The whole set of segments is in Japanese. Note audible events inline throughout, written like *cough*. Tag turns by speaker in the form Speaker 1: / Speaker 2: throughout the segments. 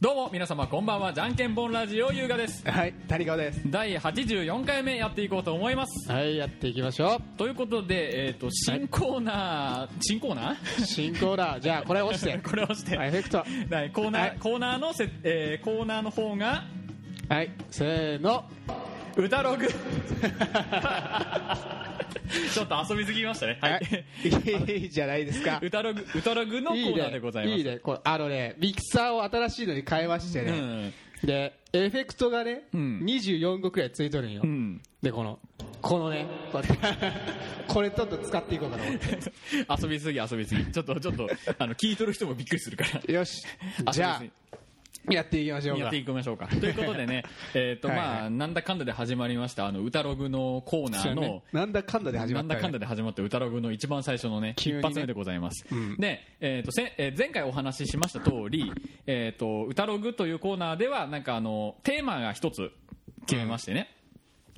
Speaker 1: どうも皆様こんばんはじゃんけんぽんラジオ優雅です
Speaker 2: はい谷川です
Speaker 1: 第84回目やっていこうと思います
Speaker 2: はいやっていきましょ
Speaker 1: ということで、えー、と新コーナー、新コー *laughs* ナ
Speaker 2: う新コーナーじゃあこれ落ちて
Speaker 1: ーこれをして、
Speaker 2: はいエフェクト
Speaker 1: はいコーナー、
Speaker 2: はい
Speaker 1: コーナーのせ、えーコーナーの方が
Speaker 2: はいせーの
Speaker 1: 歌ロ
Speaker 2: *laughs*
Speaker 1: グちょっと遊びすぎましたねはい、 *laughs*
Speaker 2: いいいじゃないですか
Speaker 1: 歌ログ歌ログのコ
Speaker 2: いい
Speaker 1: ーナー
Speaker 2: ね
Speaker 1: でございます
Speaker 2: いいねこれあのねミキサーを新しいのに変えましてね、でエフェクトがね、
Speaker 1: ん
Speaker 2: 24個くらいついとるんよ、
Speaker 1: うん、うん、 *laughs*
Speaker 2: でこのこのねこうやって *laughs* これちょっと使っていこうかな思って
Speaker 1: 遊びすぎ遊びすぎちょっとちょっとあの聞いとる人もびっくりするから
Speaker 2: よしじゃあやっていきましょう
Speaker 1: や
Speaker 2: か
Speaker 1: っていきましょうか。ということで
Speaker 2: *laughs*
Speaker 1: ね、えっと、
Speaker 2: はいはい
Speaker 1: まあ、なんだかんだで始まりました、あの、歌ログのコーナ
Speaker 2: そ
Speaker 1: ー
Speaker 2: う
Speaker 1: の
Speaker 2: ね、なんだかんだで始ま
Speaker 1: なん
Speaker 2: った、ね、
Speaker 1: だかんだで始まった歌ログの一番最初のね、
Speaker 2: 急に
Speaker 1: 一
Speaker 2: ね
Speaker 1: 発目でございます。
Speaker 2: うん
Speaker 1: で、えっと、せえー前回お話ししました通り、えっと、歌ログというコーナーでは、なんかあの、テーマが一つ決めましてね。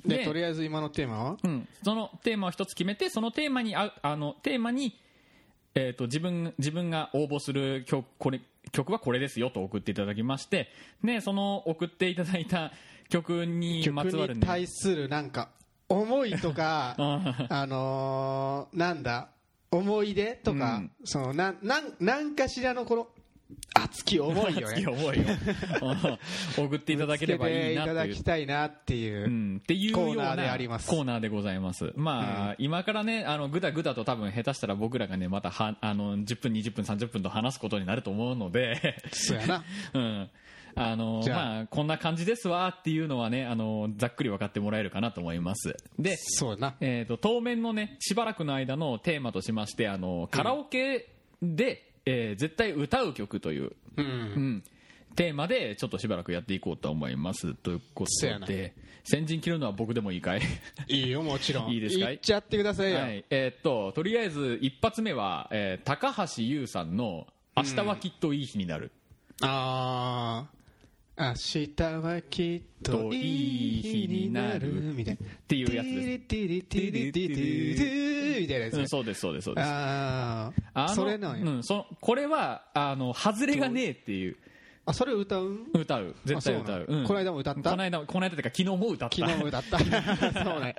Speaker 2: でとりあえず今のテーマは
Speaker 1: うん、そのテーマを一つ決めてそのテーマにああのテーマに、えー、と自分自分が応募する曲これ曲はこれですよと送っていただきまして、ね、その送っていただいた曲にま
Speaker 2: 曲
Speaker 1: つわる
Speaker 2: に
Speaker 1: ね
Speaker 2: 対するなんか思いとか
Speaker 1: うん
Speaker 2: あのーなんだ思い出とか、
Speaker 1: うん
Speaker 2: そのなんなんなんかしらのこの熱き思いを
Speaker 1: 熱き
Speaker 2: ね
Speaker 1: 思いを
Speaker 2: *laughs*
Speaker 1: うん送っていただければいいな
Speaker 2: ぶ
Speaker 1: と
Speaker 2: つけていただ
Speaker 1: いう
Speaker 2: きたいなっていう、
Speaker 1: うん、っていうような
Speaker 2: コーナーであります
Speaker 1: コーナーでございますまあ、今からねあのぐだぐだと多分下手したら僕らがねまたはあの10分20分30分と話すことになると思うので
Speaker 2: そうやな
Speaker 1: うんあの
Speaker 2: じゃあ
Speaker 1: まあこんな感じですわっていうのはねあのざっくり分かってもらえるかなと思いますで、
Speaker 2: そうやな
Speaker 1: えー、と当面のねしばらくの間のテーマとしましてあのカラオケで、えー絶対歌う曲という
Speaker 2: うん、
Speaker 1: うん、テーマでちょっとしばらくやっていこうと思いますというこ
Speaker 2: せや
Speaker 1: と
Speaker 2: な
Speaker 1: で先陣切るのは僕でもいいかい
Speaker 2: いいよもちろん
Speaker 1: いいですかい
Speaker 2: っちゃってくださいよ、
Speaker 1: はいえーっととりあえず一発目は、えー高橋優さんの「明日はきっといい日になる
Speaker 2: ああ明日はきっといい日になるみたいな」
Speaker 1: っていうやつです、
Speaker 2: ティリティリティリティリティみたいなやつ
Speaker 1: う
Speaker 2: ね
Speaker 1: ん、そうですそうですそうです
Speaker 2: あ
Speaker 1: あ
Speaker 2: あ
Speaker 1: の
Speaker 2: それなんや、
Speaker 1: うん、そのこれはあの外れがねえっていう
Speaker 2: あそれ歌うん
Speaker 1: 歌う絶対歌
Speaker 2: あ
Speaker 1: う
Speaker 2: そうなの
Speaker 1: ん
Speaker 2: この間も歌った
Speaker 1: この間この間っていうか昨日も歌った
Speaker 2: 昨日も歌った
Speaker 1: *laughs*
Speaker 2: そうね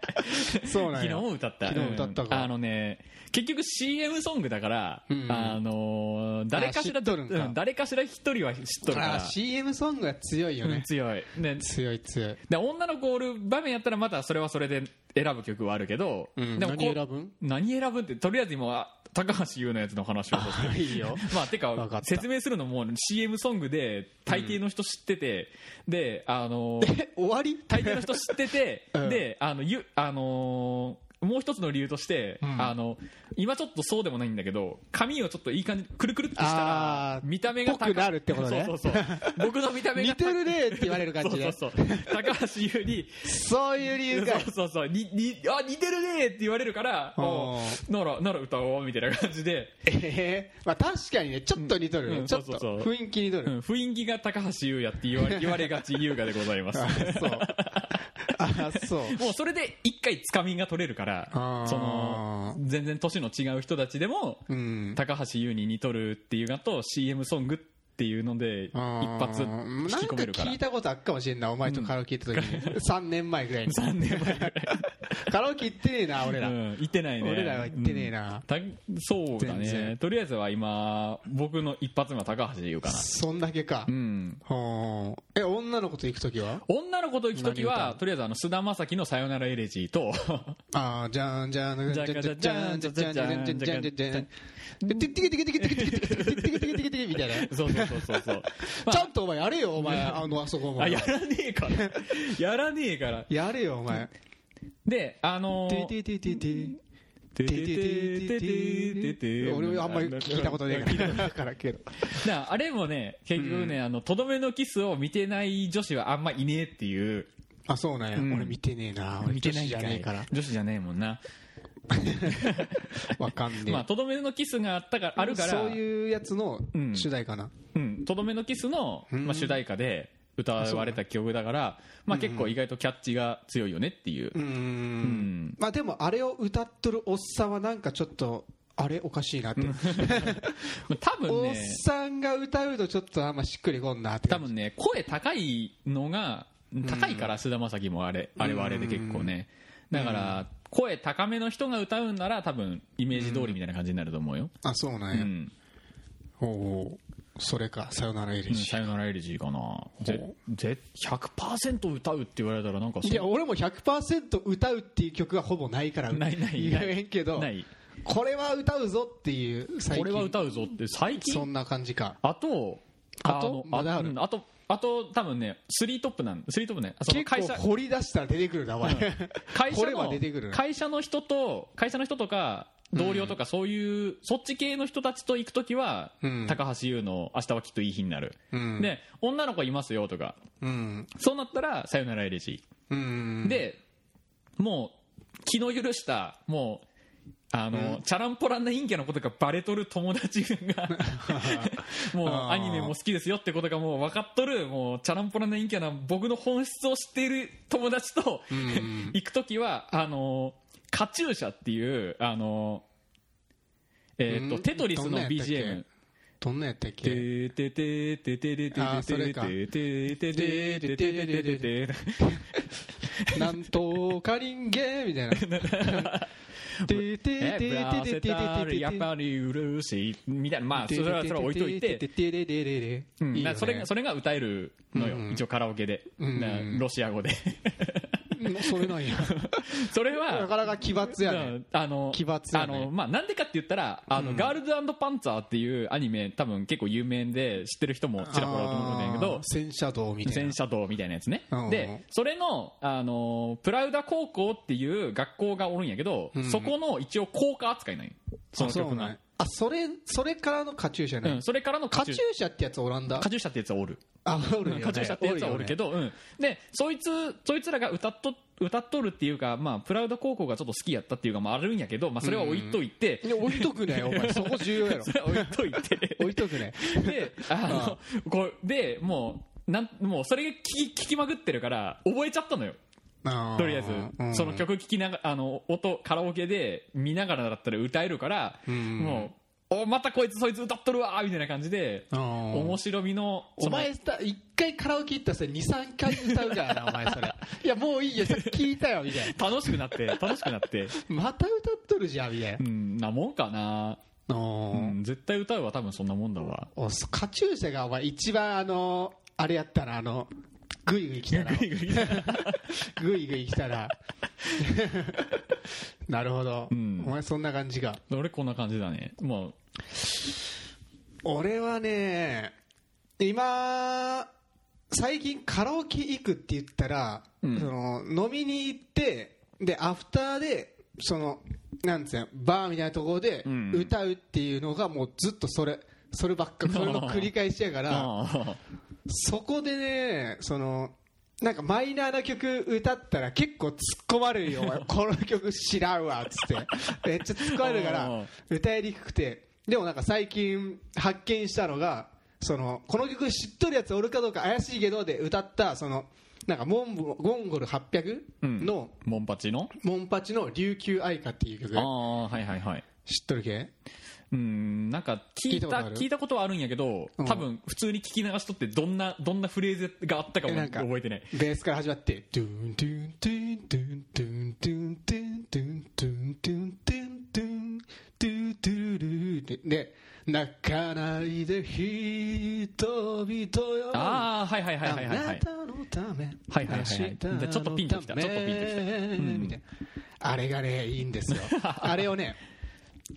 Speaker 2: そうなん
Speaker 1: 昨
Speaker 2: や
Speaker 1: 日も歌った
Speaker 2: 昨日歌った
Speaker 1: うん
Speaker 2: か
Speaker 1: あのね結局 CM ソングだから、
Speaker 2: うん
Speaker 1: あのー誰かしら
Speaker 2: あ知っとるんか
Speaker 1: うん誰かしら一人は知っとるから
Speaker 2: あ CM ソングが強いよ
Speaker 1: うん
Speaker 2: ね、
Speaker 1: 強いね
Speaker 2: 強い強い
Speaker 1: で女の子おる場面やったらまたそれはそれで選ぶ曲はあるけど、
Speaker 2: うん
Speaker 1: でもこう
Speaker 2: 何選ぶん
Speaker 1: 何選ぶんってとりあえず今は高橋優のやつの話をさせて
Speaker 2: いい *laughs* よ
Speaker 1: *laughs* まあ、てか
Speaker 2: わかった
Speaker 1: 説明するのも CM ソングで大抵の人知ってて、であの
Speaker 2: *laughs* 終わり
Speaker 1: 大抵の人知ってて、
Speaker 2: うん
Speaker 1: であのゆあのーもう一つの理由として、
Speaker 2: うん
Speaker 1: あの今ちょっとそうでもないんだけど髪をちょっといい感じくるくるっとしたら
Speaker 2: あー
Speaker 1: 見た目が高
Speaker 2: ぽくなるってことね
Speaker 1: そうそう
Speaker 2: *laughs*
Speaker 1: そう僕の見た目が
Speaker 2: 似てるねって言われる感じで
Speaker 1: そうそうそう高橋優に
Speaker 2: そういう理由か
Speaker 1: そうそうそうににあ似てるねって言われるから
Speaker 2: うん
Speaker 1: おうならなら歌おうみたいな感じで、
Speaker 2: ええまあ確かにねちょっと似とるね、
Speaker 1: うん
Speaker 2: ちょっ
Speaker 1: そ
Speaker 2: と
Speaker 1: うそうそう
Speaker 2: 雰囲気似と
Speaker 1: う
Speaker 2: る、
Speaker 1: ん、雰囲気が高橋優也って言わ
Speaker 2: *laughs*
Speaker 1: れ言われがち優雅でございます
Speaker 2: あそう
Speaker 1: *laughs*
Speaker 2: あそう
Speaker 1: もうそれで一回つかみが取れるから
Speaker 2: あー
Speaker 1: その全然年の違う人たちでも
Speaker 2: うん
Speaker 1: 高橋優に似とるっていうのと CM ソングっていうので一発
Speaker 2: うん
Speaker 1: 引き込めるか
Speaker 2: な
Speaker 1: ら
Speaker 2: ん聞いたことあっかもしれんないお前とカラオケ行った時に、3
Speaker 1: *laughs*
Speaker 2: 年前ぐらいに
Speaker 1: 3年前ぐらい
Speaker 2: *laughs* カラオケ行ってねえな俺ら、
Speaker 1: うん、行ってないね
Speaker 2: 俺らは行ってねえな、
Speaker 1: たそうだ
Speaker 2: 全
Speaker 1: ね
Speaker 2: 然
Speaker 1: とりあえずは今僕の一発目は高橋優かな
Speaker 2: そんだけか、
Speaker 1: うん
Speaker 2: ほーえ女の子と行く時は
Speaker 1: 女の子と行く時
Speaker 2: 何
Speaker 1: は
Speaker 2: 歌う
Speaker 1: とりあえずあの菅田将暉の「さよならエレジー
Speaker 2: *laughs*
Speaker 1: と」
Speaker 2: ああじゃんじゃんじゃんじゃんじゃんじゃんじゃんじゃんじゃんじゃんじゃんじゃんじゃんじゃんティッティキティキティキティキティキティキティキティキティみたいな
Speaker 1: そうそうそうそうそう、ま
Speaker 2: ちゃんとお前やれよお前あのあそこも
Speaker 1: あ、あやらねえからやらねえから
Speaker 2: やれよお前
Speaker 1: であの
Speaker 2: ティティティティティ俺はあんまり聞いたことねえからだからけど
Speaker 1: なあれもね結局ねあのとどめのキスを見てない女子はあんまいねえっていう
Speaker 2: あそうなんや俺見てねえな俺
Speaker 1: 見てないん
Speaker 2: じ
Speaker 1: か
Speaker 2: ゃ
Speaker 1: い
Speaker 2: ねえから
Speaker 1: 女子じゃねえもんな
Speaker 2: わかんね
Speaker 1: まあ
Speaker 2: え
Speaker 1: とどめのキスがあったからあるから
Speaker 2: そういうやつの主題かな
Speaker 1: うん、とどめのキスの、
Speaker 2: ん
Speaker 1: まあ、主題歌で歌われた曲だから、まあ、結構意外とキャッチが強いよねっていう、
Speaker 2: うーんまあでもあれを歌っとるおっさんはなんかちょっとあれおかしいなって、
Speaker 1: 多分
Speaker 2: おっ
Speaker 1: ね
Speaker 2: さんが歌うとちょっとあんましっくりこんなって
Speaker 1: 多分ね声高いのが高いから菅田将暉もあれあれはあれで結構ねだから声高めの人が歌うんなら多分イメージ通りみたいな感じになると思うよ
Speaker 2: あそうな
Speaker 1: うん
Speaker 2: や、
Speaker 1: ん
Speaker 2: おおそれかさよならエ
Speaker 1: う
Speaker 2: レ
Speaker 1: ん
Speaker 2: ジ
Speaker 1: さよならエレジーかなぜぜ100%歌うって言われたらなんかそ
Speaker 2: ーいや俺も100%歌うっていう曲がほぼないから
Speaker 1: ないない
Speaker 2: 言えへんけど
Speaker 1: ない
Speaker 2: これは歌うぞっていう最
Speaker 1: これ
Speaker 2: 近
Speaker 1: は歌うぞって最
Speaker 2: そ
Speaker 1: 近
Speaker 2: んな感じか
Speaker 1: あと
Speaker 2: あと
Speaker 1: の
Speaker 2: まだある
Speaker 1: うんあとあと多分ねスリートップなんスリートップねあその
Speaker 2: 結
Speaker 1: 会
Speaker 2: 構
Speaker 1: 社
Speaker 2: 掘り出したら出てくる名前、
Speaker 1: 会社
Speaker 2: これは
Speaker 1: の
Speaker 2: 出てくるな
Speaker 1: 会社の人と会社の人とか同僚とかそういうそっち系の人たちと行く時は
Speaker 2: うん
Speaker 1: 高橋優の「明日はきっといい日になる」
Speaker 2: うん
Speaker 1: で女の子いますよとか
Speaker 2: うん
Speaker 1: そうなったら「さよならエレジ
Speaker 2: うん
Speaker 1: ー」でもう気の許したもうあの、チャランポランな陰キャのことがバレとる友達がもう
Speaker 2: あー
Speaker 1: アニメも好きですよってことがもう分かっとるもうチャランポランな陰キャな僕の本質を知っている友達と
Speaker 2: うん
Speaker 1: 行く時はあのカチューシャっていうあのえーっと
Speaker 2: うん
Speaker 1: テトリス
Speaker 2: どん
Speaker 1: の
Speaker 2: なやったっけ
Speaker 1: BGM
Speaker 2: どんなんやったっけ
Speaker 1: てててててててて
Speaker 2: あーそれ
Speaker 1: て
Speaker 2: か
Speaker 1: てててててててててて
Speaker 2: なんとかりんげーみたいなてててて
Speaker 1: えブラ
Speaker 2: ててて
Speaker 1: セ
Speaker 2: て
Speaker 1: タール
Speaker 2: て
Speaker 1: やっぱりうるしいみたいなまあそれはそれは置いといてうんだからそれがそれが歌えるのよ、
Speaker 2: うんうん
Speaker 1: 一応カラオケで、
Speaker 2: うん
Speaker 1: なロシア語で
Speaker 2: れそれなんや
Speaker 1: それは
Speaker 2: なかなか奇抜や
Speaker 1: う
Speaker 2: ね
Speaker 1: んあの
Speaker 2: 奇抜やね
Speaker 1: あのまあなんでかって言ったらあの、ガールズパンツァーっていうアニメ多分結構有名で知ってる人もちらほらと思うんだけ
Speaker 2: あ
Speaker 1: ど
Speaker 2: ー戦車道みたいな
Speaker 1: 戦車道みたいなやつね、
Speaker 2: うん
Speaker 1: でそれのあのプラウダ高校っていう学校がおるんやけど、
Speaker 2: うん
Speaker 1: そこの一応校歌扱いなんよその
Speaker 2: あう
Speaker 1: 曲
Speaker 2: な
Speaker 1: が
Speaker 2: んやあそれそれからのカチューシャ
Speaker 1: う
Speaker 2: ね
Speaker 1: ん、それからの
Speaker 2: カ
Speaker 1: カチ
Speaker 2: チュ
Speaker 1: ュ
Speaker 2: ーシャってやつオランダ
Speaker 1: カチューシャってやつはおる
Speaker 2: あおるよ
Speaker 1: うん
Speaker 2: ね
Speaker 1: カチューシャってやつはおるけど、うん、でそいつそいつらが歌っと歌っとるっていうか、まあ、プラウド高校がちょっと好きやったっていうか、まあ、あるんやけど、まあ、それは置いといて、
Speaker 2: いや置いとくねお前そこ重要やろ
Speaker 1: それは置いとい
Speaker 2: *laughs*
Speaker 1: て
Speaker 2: 置いとくね
Speaker 1: であのこうでもうなんもうそれが聞き聞きまくってるから覚えちゃったのよと
Speaker 2: と
Speaker 1: りあえず、その曲聴きながらあの音カラオケで見ながらだったら歌えるから、
Speaker 2: うん
Speaker 1: もうおまたこいつそいつ歌っとるわーみたいな感じで、面
Speaker 2: 面
Speaker 1: 白みの
Speaker 2: お前
Speaker 1: そ
Speaker 2: さ一回カラオケ行ったらそれ23回歌うから *laughs* なお前それいやもういいよさっき聞いたよみたいな
Speaker 1: の楽しくなって楽しくなって
Speaker 2: *laughs* また歌っとるじゃんみたい
Speaker 1: うんなもんかな、う
Speaker 2: なお
Speaker 1: ん、絶対歌うは多分そんなもんだわ
Speaker 2: そカチューシャがお前一番あのあれやったらあのグイグイ来たら
Speaker 1: グイグイ
Speaker 2: グイグイ来た *laughs* らなるほど、
Speaker 1: ん
Speaker 2: お前そんな感じが
Speaker 1: 俺こんな感じだねも
Speaker 2: 俺はね今最近カラオケ行くって言ったら、
Speaker 1: うん
Speaker 2: その飲みに行ってでアフターでそのなんつうのバーみたいなところで
Speaker 1: うん
Speaker 2: 歌うっていうのがもうずっとそれそればっかそれの繰り返しやか
Speaker 1: う
Speaker 2: ら
Speaker 1: *laughs* あ
Speaker 2: そこでねそのなんかマイナーな曲歌ったら結構突っ込まれるよお前この曲知らんわっつ
Speaker 1: *laughs*
Speaker 2: ってめっちゃ突っ込まれるか
Speaker 1: おうお
Speaker 2: ら
Speaker 1: う
Speaker 2: 歌いにくくてでもなんか最近発見したのがそのこの曲知っとるやつおるかどうか怪しいけどで歌ったそのなんかモンゴゴンゴル800
Speaker 1: うん
Speaker 2: の
Speaker 1: モンパチの
Speaker 2: モンパチの「琉球愛歌」っていう曲
Speaker 1: ああはいはいはい
Speaker 2: 知っとるけ
Speaker 1: うんなんか聞いた
Speaker 2: 聞いたことある
Speaker 1: 聞いたことはあるんやけど、
Speaker 2: うん
Speaker 1: 多分普通に聞き流しとってどんなどんなフレーズがあったかも
Speaker 2: えなんか
Speaker 1: 覚えてない
Speaker 2: ベースから始まって「ドゥンドゥンドゥンドゥンドゥンドゥンドゥンドゥンドゥンドゥンドゥンドゥンドゥンドゥルルルってで「泣かないで人々よ」
Speaker 1: ああはいはいはい
Speaker 2: あ
Speaker 1: はいはいは
Speaker 2: ないたのため
Speaker 1: はいはいはいはいでちょっとピンときたちょっとピンときたうん
Speaker 2: みたいなあれがねいいんですよあれをね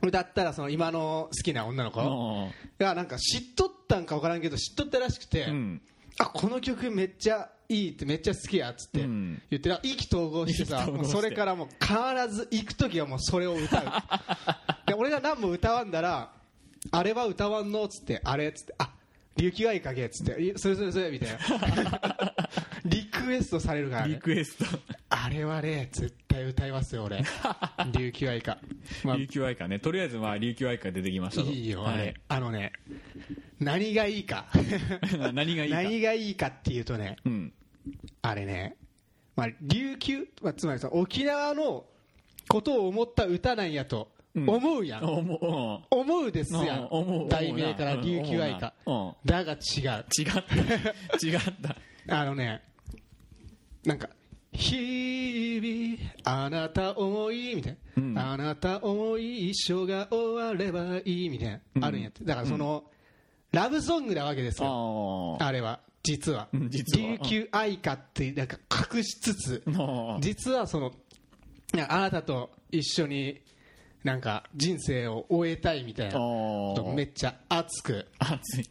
Speaker 2: 歌ったらその今の好きな女の子
Speaker 1: あ
Speaker 2: がなんか知っとったんか分からんけど知っとったらしくて、
Speaker 1: ーうん
Speaker 2: あこの曲めっちゃいいってめっちゃ好きやっつって
Speaker 1: うん
Speaker 2: 言って、あ意気投合して
Speaker 1: 意気
Speaker 2: さ
Speaker 1: 投合
Speaker 2: も
Speaker 1: し
Speaker 2: う
Speaker 1: て
Speaker 2: それからもう必ず行く時はもうそれを
Speaker 1: *laughs*
Speaker 2: 歌うで俺が何も歌わんだらあれは歌わんのっつってあれっつってあ琉球愛かけっつっていそれそれそれみたい
Speaker 1: *laughs*
Speaker 2: なリクエストされるから
Speaker 1: リ
Speaker 2: ね
Speaker 1: クエスト
Speaker 2: あれはね絶対歌います
Speaker 1: *laughs*
Speaker 2: よ俺琉球愛か、まあ、
Speaker 1: 琉球愛歌ねとりあえずまあ琉球愛歌出てきましたと
Speaker 2: いいよ
Speaker 1: は
Speaker 2: あれ、あのね何がいいか
Speaker 1: 何がいいか
Speaker 2: 何がいいかっていうとね
Speaker 1: うん
Speaker 2: あれね、まあ、琉球、まあ、つまりさ沖縄のことを思った歌なんやと
Speaker 1: うん
Speaker 2: 思うやん
Speaker 1: 思ううん
Speaker 2: 思うです
Speaker 1: う
Speaker 2: や
Speaker 1: ん思う思
Speaker 2: ん
Speaker 1: う
Speaker 2: 題名から
Speaker 1: うん
Speaker 2: 琉球愛か
Speaker 1: 思うな
Speaker 2: だが違う
Speaker 1: 違った違った
Speaker 2: あのねなんか「日々あなた思い」みたい
Speaker 1: う
Speaker 2: な、
Speaker 1: ん
Speaker 2: あなた思い一生が終わればいい」みたいな、
Speaker 1: うん
Speaker 2: あるんやってだからその、ラブソングなわけです
Speaker 1: あ
Speaker 2: よ
Speaker 1: ー
Speaker 2: あれは実は
Speaker 1: うん実は
Speaker 2: 琉球愛歌ってなんか隠しつつ
Speaker 1: あー
Speaker 2: 実はそのいやあなたと一緒になんか人生を終えたいみたいなこと
Speaker 1: あ
Speaker 2: めっちゃ熱く
Speaker 1: あ熱い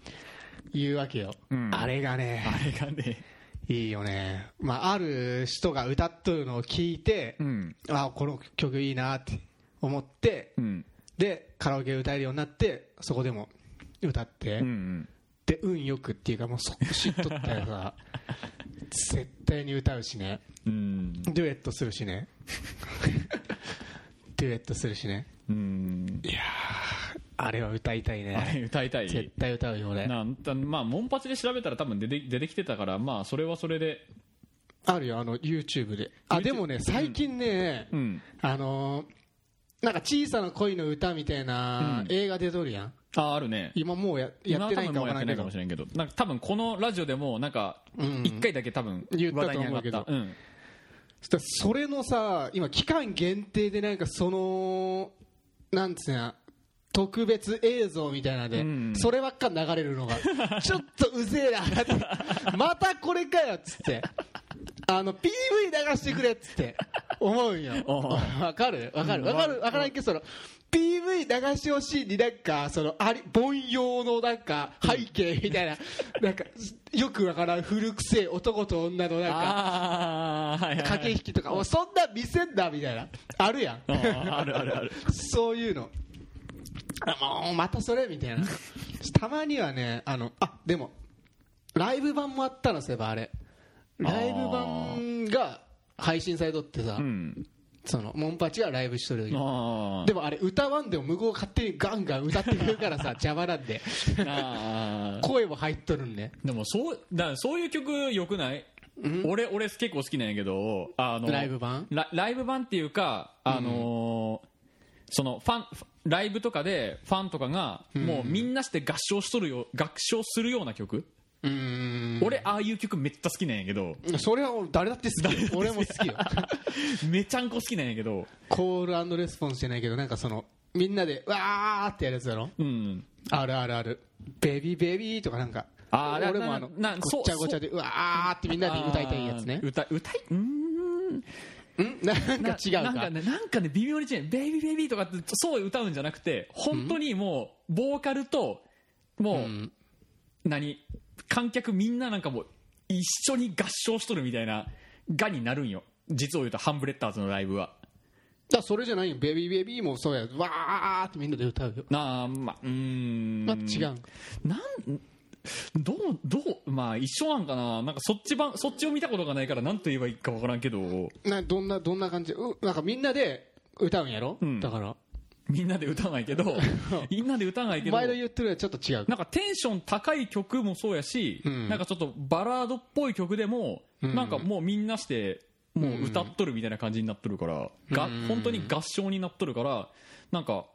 Speaker 2: 言うわけよ、
Speaker 1: うん
Speaker 2: あれが
Speaker 1: あ
Speaker 2: ね
Speaker 1: れがね
Speaker 2: いいよね、まあ、ある人が歌っとるのを聞いて、
Speaker 1: うん
Speaker 2: あこの曲いいなって思って
Speaker 1: うん
Speaker 2: でカラオケ歌えるようになってそこでも歌って、
Speaker 1: うんうん
Speaker 2: で運よくっていうかもう即知っとったら
Speaker 1: *laughs*
Speaker 2: さ絶対に歌うしね
Speaker 1: うん
Speaker 2: デュエットするし *laughs* ねデュエットするしね
Speaker 1: うん
Speaker 2: いやあれは歌いたい
Speaker 1: あ
Speaker 2: ね
Speaker 1: れ歌いた
Speaker 2: 絶
Speaker 1: い
Speaker 2: 対歌うよ俺
Speaker 1: なんたまあモンパチで調べたら多分出て出てきてたからまあそれはそれで
Speaker 2: あるよあの YouTube であでもね最近ね、
Speaker 1: うん
Speaker 2: あのーなんか小さな恋の歌みたいな
Speaker 1: うん
Speaker 2: 映画出とるやん、
Speaker 1: あーあるね
Speaker 2: 今もうややってないか
Speaker 1: 今
Speaker 2: わ
Speaker 1: は多分もう
Speaker 2: か
Speaker 1: やっ
Speaker 2: らな
Speaker 1: てないか
Speaker 2: いけど
Speaker 1: もしれんけどなんか多分このラジオでもなんか
Speaker 2: うん
Speaker 1: 一回だけ多分
Speaker 2: 言った
Speaker 1: 話題
Speaker 2: と
Speaker 1: に
Speaker 2: 思
Speaker 1: 上が
Speaker 2: うけ
Speaker 1: っ
Speaker 2: ど
Speaker 1: たうん
Speaker 2: そしたらそれのさ今期間限定でなんかそのなんつうのや特別映像みたいなので、
Speaker 1: うん
Speaker 2: そればっか流れるの
Speaker 1: *laughs*
Speaker 2: がちょっとうぜえなってまたこれかよっつってあの PV 流してくれっつって思うんよ
Speaker 1: おう
Speaker 2: わかるわかる
Speaker 1: うん
Speaker 2: わかるわからんけどその PV 流してほしいになんかそのあり凡庸のなんか背景み
Speaker 1: *laughs*
Speaker 2: たいななんかよくわからん古くせえ男と女のなんか
Speaker 1: ああはいはいはい
Speaker 2: 駆け引きとか、おそんな見せんだみたいな、あるやん、
Speaker 1: あーあるあるある
Speaker 2: そういうの、あもうまたそれみたいな、たまにはね、あのあでも、ライブ版もあったの、そういえばあれ、ライブ版が配信されとってさ、
Speaker 1: うん
Speaker 2: そのモンパチがライブしとる時
Speaker 1: あー
Speaker 2: でもあれ、歌わんでも向こう勝手にガンガン歌ってくる *laughs* からさ、邪魔なんで、
Speaker 1: あー
Speaker 2: 声も入っとるんで、
Speaker 1: でもそうだからそういう曲よくない俺俺結構好きなんやけどあの
Speaker 2: ライブ版
Speaker 1: ラライブ版っていうかあのーそのファンファンライブとかでファンとかがもうみんなして合唱しとるよ合唱するような曲
Speaker 2: うーん、
Speaker 1: 俺ああいう曲めっちゃ好きなんやけ
Speaker 2: *laughs*
Speaker 1: ど
Speaker 2: それは俺誰だって好きよ、俺も好きよ。
Speaker 1: めちゃんこ好きなんやけど
Speaker 2: コールレスポンスじゃないけどなんかそのみんなでわーってやるやつだろ
Speaker 1: うん
Speaker 2: あるあるあるベビーベビーとかなんか
Speaker 1: あー
Speaker 2: 俺も
Speaker 1: な
Speaker 2: あの
Speaker 1: なそう
Speaker 2: ごっちゃごちゃでうわーってみんなで歌いたいやつね
Speaker 1: あー歌歌いうーん
Speaker 2: んなんか違う
Speaker 1: な
Speaker 2: か
Speaker 1: んかねなんかね微妙に違う「ベイビーベイビー」とかってそう歌うんじゃなくて本当にもうボーカルともう、
Speaker 2: うん
Speaker 1: 何観客みんななんかもう一緒に合唱しとるみたいながになるんよ実を言うとハンブレッダーズのライブは
Speaker 2: だからそれじゃないよベビーベビーもそうやわーってみんなで歌うよ
Speaker 1: なあまあうーん
Speaker 2: まあ違う
Speaker 1: なんどうどうまあ一緒なんかななんかそっち版そっちを見たことがないから何と言えばいいか分からんけど
Speaker 2: などんなどんな感じうなんかみんなで歌うんやろ
Speaker 1: ん
Speaker 2: だから
Speaker 1: みんなで歌わないけ
Speaker 2: *laughs*
Speaker 1: どみんなで歌わないけど
Speaker 2: 前の言ってるのはちょっと違う
Speaker 1: なんかテンション高い曲もそうやし、
Speaker 2: うん
Speaker 1: なんかちょっとバラードっぽい曲でも、
Speaker 2: うん
Speaker 1: なんかもうみんなしてもう歌っとるみたいな感じになっとるから、が
Speaker 2: うん
Speaker 1: 本当に合唱になっとるからなんか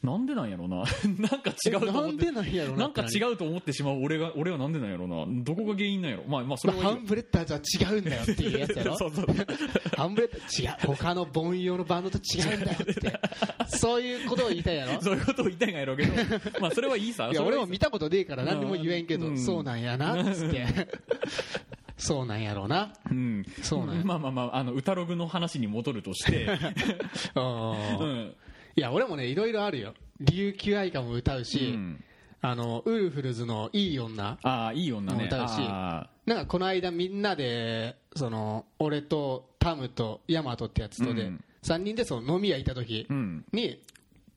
Speaker 1: なんでなんやろうな *laughs* なんか違うと
Speaker 2: えな
Speaker 1: 思っ
Speaker 2: ん
Speaker 1: て
Speaker 2: でなんやろ
Speaker 1: なんか
Speaker 2: って
Speaker 1: 違うと思ってしまう俺が俺はなんでなんやろうなどこが原因なんやろまあまあそ
Speaker 2: ま
Speaker 1: れ
Speaker 2: あ
Speaker 1: はいい
Speaker 2: ハ
Speaker 1: よ
Speaker 2: ンブレッダーじゃ違うんだよっていうやつや
Speaker 1: *laughs*
Speaker 2: ろ *laughs*
Speaker 1: そうそう
Speaker 2: ハンブレッダー違う他の凡庸のバンドと違うんだよって
Speaker 1: *laughs*
Speaker 2: そういうことを言いたいやろ
Speaker 1: そういうことを言いたいんやろうけ
Speaker 2: *laughs*
Speaker 1: どまあそれはいいさ
Speaker 2: いや
Speaker 1: それ
Speaker 2: 俺
Speaker 1: はい
Speaker 2: も
Speaker 1: いさ
Speaker 2: 見たことねえから何にも言えんけど、
Speaker 1: うん
Speaker 2: そうなんやなっつって
Speaker 1: *laughs*
Speaker 2: そうなんやろうな
Speaker 1: うん
Speaker 2: そうなんや
Speaker 1: まあまあまああの歌ログの話に戻るとして、う
Speaker 2: *laughs* うん
Speaker 1: ん
Speaker 2: いや俺もねいろいろあるよ琉球愛歌も歌うし、
Speaker 1: うん
Speaker 2: あのウルフルズの「いい女
Speaker 1: ああいい女ね
Speaker 2: 歌うし
Speaker 1: あ」
Speaker 2: なんかこの間みんなでその俺とタムとヤマトってやつと
Speaker 1: う
Speaker 2: で、
Speaker 1: ん
Speaker 2: 3人でその飲み屋行った時
Speaker 1: ーうん
Speaker 2: に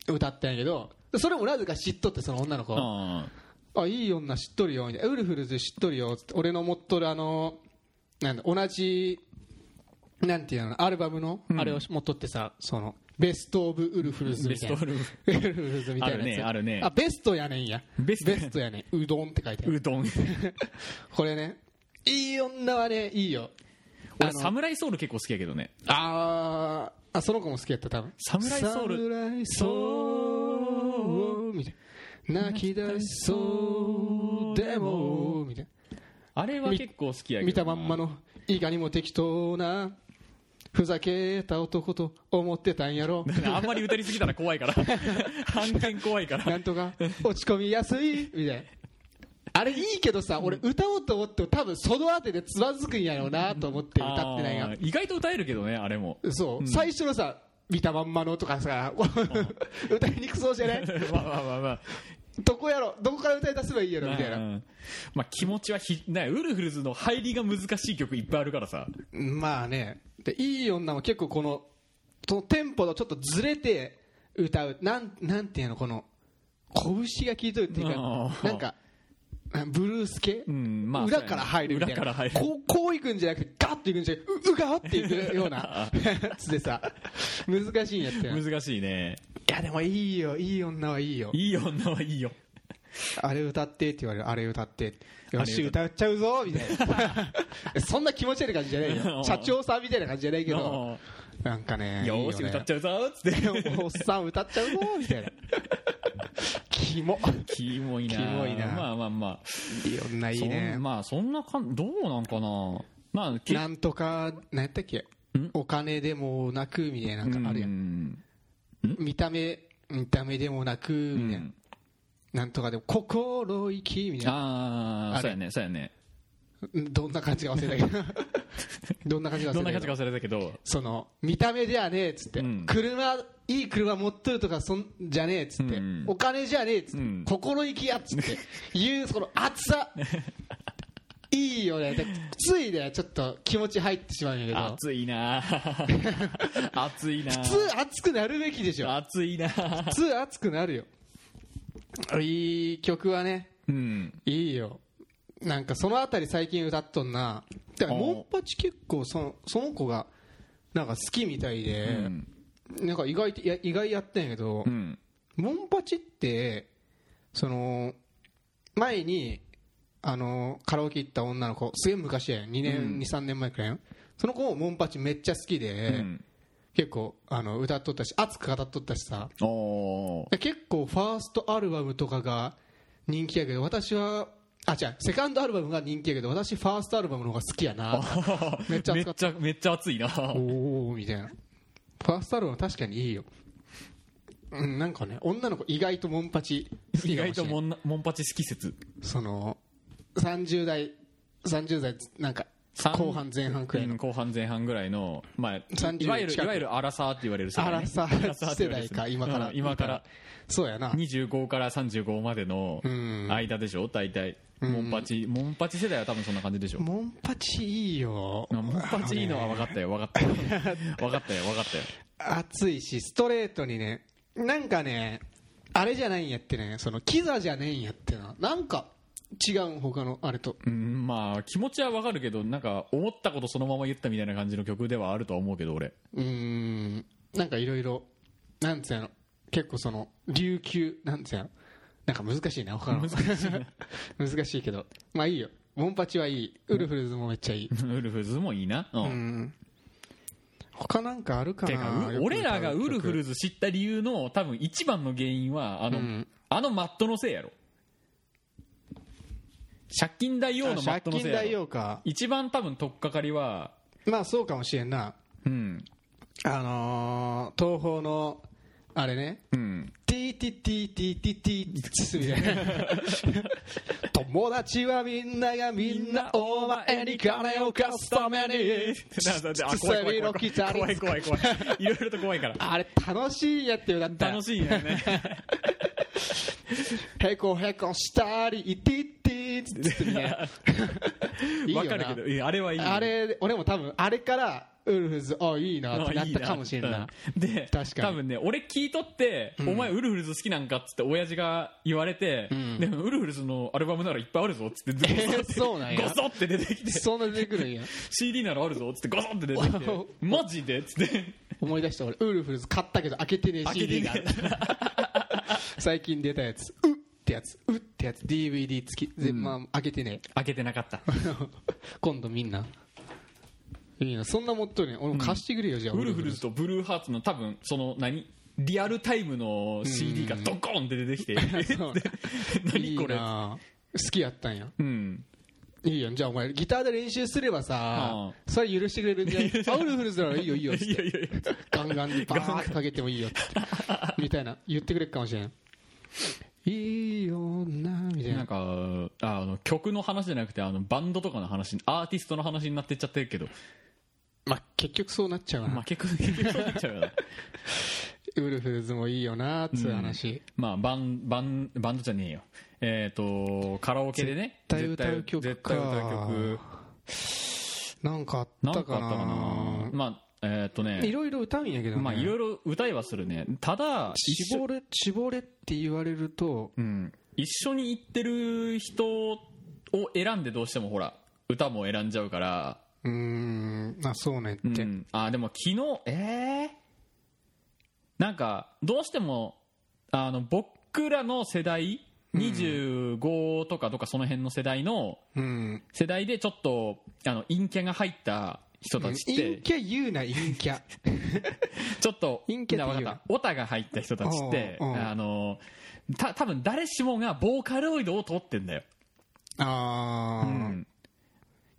Speaker 2: 歌ったんやけどそれもなぜか知っとってその女の子
Speaker 1: あ
Speaker 2: あいい女知っとるよみたいなウルフルズ知っとるよつって俺の持っとるあのなんだ同じなんていうのアルバムのあれを持っとってさ、そのベスト・オブ・ウルフルズ
Speaker 1: ーベ
Speaker 2: みた
Speaker 1: ス
Speaker 2: い
Speaker 1: ト
Speaker 2: な
Speaker 1: フル
Speaker 2: ウルフルズみたいなやつ
Speaker 1: あるねあるね
Speaker 2: ベストやねんや
Speaker 1: ベスト
Speaker 2: やねんうどんって書いてある
Speaker 1: うどん
Speaker 2: これねいい女はねいいよ
Speaker 1: あ
Speaker 2: の
Speaker 1: サムライソウル結構好きやけどね
Speaker 2: あーあその子も好きやった多分
Speaker 1: サムライソウル
Speaker 2: サムライソウルみたいな泣き出しそうでもみたい
Speaker 1: あれは結構好きや
Speaker 2: な
Speaker 1: けど
Speaker 2: 見たまんま
Speaker 1: の
Speaker 2: のいかにも適当なふざけた男と思ってたん
Speaker 1: *laughs*
Speaker 2: やろ
Speaker 1: あんまり歌りすぎたら怖いから半減怖いから
Speaker 2: なんとか落ち込みやすいみたいなあれいいけどさ俺歌おうと思っても多分そのあてでつまずくんやろうなと思って歌ってないが
Speaker 1: あー意外と歌えるけどねあれも
Speaker 2: そう、最初のさ見たまんまのとかさ歌いにくそうじゃない
Speaker 1: ま *laughs* あまあまあまあ
Speaker 2: どこやろどこから歌い出せばいいやろみたいな、
Speaker 1: うんまあ気持ちはひねウルフルズの入りが難しい曲いっぱいあるからさ
Speaker 2: まあねでいい女も結構このそのテンポとちょっとずれて歌うなんなんていうのこの拳が効いとるっていうか
Speaker 1: うん
Speaker 2: なんかブルース系、
Speaker 1: んまあ
Speaker 2: 裏から入るみたいな
Speaker 1: 裏から入る
Speaker 2: こうこういくんじゃなくてガッといくんじゃなくてううがっていくようなやつでさ難しいんやったよい
Speaker 1: 難しいね
Speaker 2: やでもいいよいい女はいいよ
Speaker 1: いい女はいいよ
Speaker 2: あれ歌ってって言われるあれ歌ってよし
Speaker 1: あれ
Speaker 2: 歌っちゃうぞみたい
Speaker 1: *laughs*
Speaker 2: なそんな気持ち悪い感じじゃない
Speaker 1: うん
Speaker 2: よ社長さんみたいな感じじゃないけど
Speaker 1: よ
Speaker 2: なんかね
Speaker 1: ーし歌っちゃうぞーっつ
Speaker 2: ゃ
Speaker 1: って
Speaker 2: *laughs* おっさん歌っちゃうぞみたいなキモ
Speaker 1: キモいな
Speaker 2: キモいな
Speaker 1: まあまあまあ
Speaker 2: いろんないい
Speaker 1: そ
Speaker 2: ね
Speaker 1: んまあそんなかんどうなんかなまあけ
Speaker 2: なんとかなんやったっけお金でもなくみたいななんかあるや
Speaker 1: うんん
Speaker 2: 見た目見た目でもなくみたいななんとかでも心意気みたいな
Speaker 1: あ
Speaker 2: あ
Speaker 1: あ
Speaker 2: れ
Speaker 1: そうやねそうやね
Speaker 2: どんな感じか忘れた
Speaker 1: *laughs*
Speaker 2: けどどんな感じか忘
Speaker 1: ど
Speaker 2: れたけど
Speaker 1: んな感じか忘れたけど
Speaker 2: その見た目じゃねえっつって、
Speaker 1: うん
Speaker 2: 車いい車持っとるとかそんじゃねえっつって、
Speaker 1: うん
Speaker 2: お金じゃねえっつって、
Speaker 1: うん
Speaker 2: 心意気やっつって
Speaker 1: *laughs*
Speaker 2: いうその熱さいいよねでついでちょっと気持ち入ってしまうんやけど
Speaker 1: 熱いな
Speaker 2: *laughs*
Speaker 1: 熱いな
Speaker 2: 普通熱くなるべきでしょ
Speaker 1: 熱いな
Speaker 2: 普通熱くなるよいい曲はね
Speaker 1: うん
Speaker 2: いいよなんかそのあたり最近歌っとんなだから
Speaker 1: あー
Speaker 2: モンパチ結構そのその子がなんか好きみたいで、
Speaker 1: うん
Speaker 2: なんか意外といや意外やったんやけど、
Speaker 1: うん
Speaker 2: モンパチってその前にあのカラオケ行った女の子すげえ昔やん2年、
Speaker 1: うん
Speaker 2: 二三年前くらいやんその子もモンパチめっちゃ好きで、
Speaker 1: うん
Speaker 2: 結構あの歌っとったし熱く語っとったしさ
Speaker 1: おー
Speaker 2: で結構ファーストアルバムとかが人気やけど私はあ違うセカンドアルバムが人気やけど私ファーストアルバムの方が好きやな
Speaker 1: *laughs*
Speaker 2: めっちゃ
Speaker 1: め
Speaker 2: 熱
Speaker 1: っ
Speaker 2: かっ
Speaker 1: ちゃめっちゃ熱いな
Speaker 2: *laughs* おおみたいなファーストアルバム確かにいいようんなんかね女の子意外とモンパチ好
Speaker 1: 意
Speaker 2: きか
Speaker 1: 外
Speaker 2: もしれ
Speaker 1: と
Speaker 2: な
Speaker 1: モ
Speaker 2: い
Speaker 1: ンモンパチ好き説
Speaker 2: その30代30代なんか
Speaker 1: 三
Speaker 2: 後半前半くらいの
Speaker 1: うん後半前半ぐらいの、まあ、
Speaker 2: 30
Speaker 1: いわゆるい
Speaker 2: 近く
Speaker 1: わゆるアラサーって言われる世代、
Speaker 2: ア
Speaker 1: ね、
Speaker 2: ラサー世代か
Speaker 1: アラサーって言
Speaker 2: 今
Speaker 1: われる世代
Speaker 2: から
Speaker 1: うん今から
Speaker 2: そうやな
Speaker 1: 25から35までの
Speaker 2: うん
Speaker 1: 間でしょ大体モンパチモンパチ世代は多分そんな感じでしょ
Speaker 2: モンパチいいよ
Speaker 1: あモンパチいいのは分か
Speaker 2: *laughs*
Speaker 1: ったよ分かったよ分かったよ分かったよ
Speaker 2: 熱いしストレートにねなんかねあれじゃないんやってねそのキザじゃねえんやってななんか違うん他のあれと
Speaker 1: うんまあ気持ちは分かるけどなんか思ったことそのまま言ったみたいな感じの曲ではあるとは思うけど俺 *laughs*
Speaker 2: うーんなんかいろいろなんつうの結構その琉球なんつうのなんか難しいな他の難しい難しいけどまあいいよモンパチはいいウルフルズもめっちゃいい
Speaker 1: ウルフズもいいな、うん
Speaker 2: うん他なんかあるか
Speaker 1: て
Speaker 2: な
Speaker 1: かう俺らがウルフルズ
Speaker 2: ズ
Speaker 1: 知った理由の多分一番の原因はあの,、
Speaker 2: うん
Speaker 1: あのマットのせいやろ借金大王のマッ
Speaker 2: 借
Speaker 1: トのせ
Speaker 2: 金
Speaker 1: いや
Speaker 2: 大
Speaker 1: ろ
Speaker 2: 王か
Speaker 1: 一番多分取っかかりは
Speaker 2: まあそうかもしれんな
Speaker 1: うん
Speaker 2: あのー、東宝のあれね
Speaker 1: うん
Speaker 2: ティーティティティティティツみたいな友達はみんながみんなお前に金を貸すために
Speaker 1: ななんであ怖い怖い怖い
Speaker 2: つさび
Speaker 1: 怖
Speaker 2: の木
Speaker 1: い怖い怖いいろいろと怖いから
Speaker 2: あれ楽しいやって歌った
Speaker 1: 楽しいんやね
Speaker 2: へこへこしたりいてってつってねいいよ
Speaker 1: *laughs* わ
Speaker 2: な
Speaker 1: かるけどいやあれはいい
Speaker 2: あれ俺も多分あれからウルフルズあいいなってなったかもしれんない
Speaker 1: うんで
Speaker 2: 確かに
Speaker 1: 多分ね俺聞いとって、お前ウルフルズ好きなんかっつって親父が言われて、
Speaker 2: ん
Speaker 1: でもウルフルズのアルバムならいっぱいあるぞっつってずっ
Speaker 2: えーそうなんや
Speaker 1: ゴソって出てきて
Speaker 2: そんな出てくるんや
Speaker 1: CD ならあるぞっつってゴソって出てきて
Speaker 2: お
Speaker 1: マジでっつって
Speaker 2: 思い出した俺ウルフルズ買ったけど開けてねえ
Speaker 1: 開けて
Speaker 2: CD
Speaker 1: ね
Speaker 2: がある最近出たやつうっってやつうってやつ DVD *laughs* 付き、でまあ、開けてね
Speaker 1: 開けてなかった
Speaker 2: 今度みんないいなそんなもっとね俺も貸してくれよ、じゃあ
Speaker 1: ウルフルズとブルーハーツの多分その何リアルタイムの CD がドコーンって出てきて
Speaker 2: *laughs* そうい
Speaker 1: 何
Speaker 2: い
Speaker 1: これ
Speaker 2: な好きやったんや
Speaker 1: うん
Speaker 2: いいやんじゃあお前ギターで練習すればさ
Speaker 1: あ
Speaker 2: それ許してくれるんじゃないあウルフルズならいいよいい
Speaker 1: い
Speaker 2: よ
Speaker 1: や
Speaker 2: っつっ
Speaker 1: いや
Speaker 2: て
Speaker 1: いや
Speaker 2: ガンガンにバーンってかけてもいいよっつってみたいな言ってくれるかもしれんいい女みたい
Speaker 1: なん
Speaker 2: な
Speaker 1: かああの曲の話じゃなくてあのバンドとかの話アーティストの話になってっちゃってるけど、
Speaker 2: まあ結局そうなっちゃうな、
Speaker 1: まあ、結局結局そうなっちゃうよな *laughs*
Speaker 2: ウルフルズもいいよなっつう話、
Speaker 1: まあバンバンバンドじゃねえよえっ、とカラオケでね
Speaker 2: 絶対歌う曲か
Speaker 1: 絶対歌う曲
Speaker 2: なんかあ
Speaker 1: なんかあ
Speaker 2: った
Speaker 1: ったか
Speaker 2: かな
Speaker 1: なまあえっ、とね
Speaker 2: いろいろ歌うんやけどね、
Speaker 1: まあいろいろ歌いはするねただ一緒
Speaker 2: 絞れ絞れって言われると
Speaker 1: うん、一緒に行ってる人を選んでどうしてもほら歌も選んじゃうから、
Speaker 2: うーんあそうね
Speaker 1: う
Speaker 2: って、
Speaker 1: ん、あでも昨日えーなんかどうしてもあの僕らの世代25とかとかその辺の世代の
Speaker 2: うん、
Speaker 1: 世代でちょっとあの陰キャが入った人たちっ
Speaker 2: 陰
Speaker 1: て
Speaker 2: キャ言うな陰キャ
Speaker 1: ちょっと
Speaker 2: 陰キャって言う
Speaker 1: な
Speaker 2: な
Speaker 1: わかったオタが入った人たちって
Speaker 2: おうおう
Speaker 1: あのた多分誰しもがボーカロイドを取ってんだよ
Speaker 2: ああ、